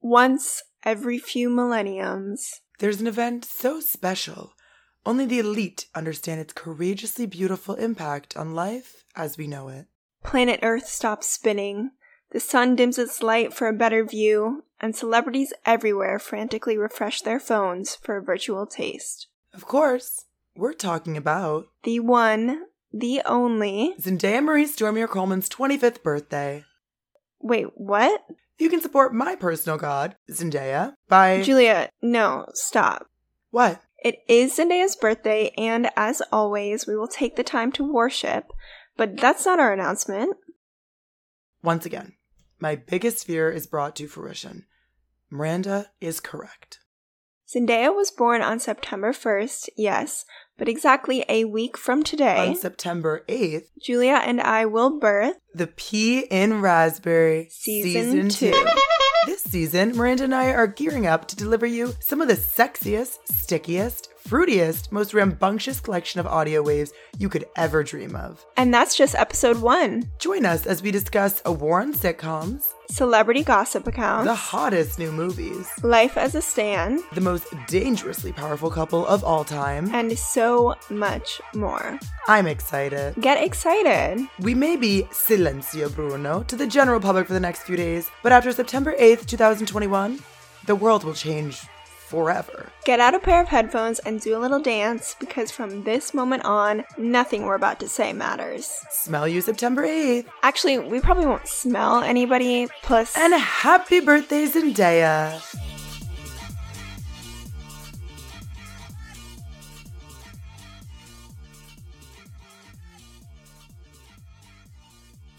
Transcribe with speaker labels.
Speaker 1: once every few millenniums.
Speaker 2: There's an event so special, only the elite understand its courageously beautiful impact on life as we know it.
Speaker 1: Planet Earth stops spinning. The sun dims its light for a better view, and celebrities everywhere frantically refresh their phones for a virtual taste.
Speaker 2: Of course, we're talking about
Speaker 1: The one, the only.
Speaker 2: Zendaya Marie Stormier Coleman's 25th birthday.
Speaker 1: Wait, what?
Speaker 2: You can support my personal god, Zendaya, by
Speaker 1: Julia, no, stop.
Speaker 2: what?
Speaker 1: It is Zendaya's birthday, and as always, we will take the time to worship, but that's not our announcement.
Speaker 2: Once again, my biggest fear is brought to fruition. Miranda is correct.
Speaker 1: Zendaya was born on September 1st, yes, but exactly a week from today,
Speaker 2: On September 8th,
Speaker 1: Julia and I will birth
Speaker 2: the pea in raspberry
Speaker 1: Season two.
Speaker 2: This season, Miranda and I are gearing up to deliver you some of the sexiest, stickiest, fruitiest, most rambunctious collection of audio waves you could ever dream of.
Speaker 1: And that's just episode one
Speaker 2: Join us as we discuss a war on sitcoms,
Speaker 1: celebrity gossip accounts,
Speaker 2: the hottest new movies,
Speaker 1: life as a Stan,
Speaker 2: the most dangerously powerful couple of all time.
Speaker 1: and so much more.
Speaker 2: I'm excited.
Speaker 1: Get excited!
Speaker 2: We may be silencio Bruno to the general public for the next few days, but after September 8th, 2021, the world will change forever.
Speaker 1: Get out a pair of headphones and do a little dance because from this moment on, nothing we're about to say matters.
Speaker 2: Smell you September 8th.
Speaker 1: Actually, we probably won't smell anybody, plus,
Speaker 2: And happy birthday, Zendaya.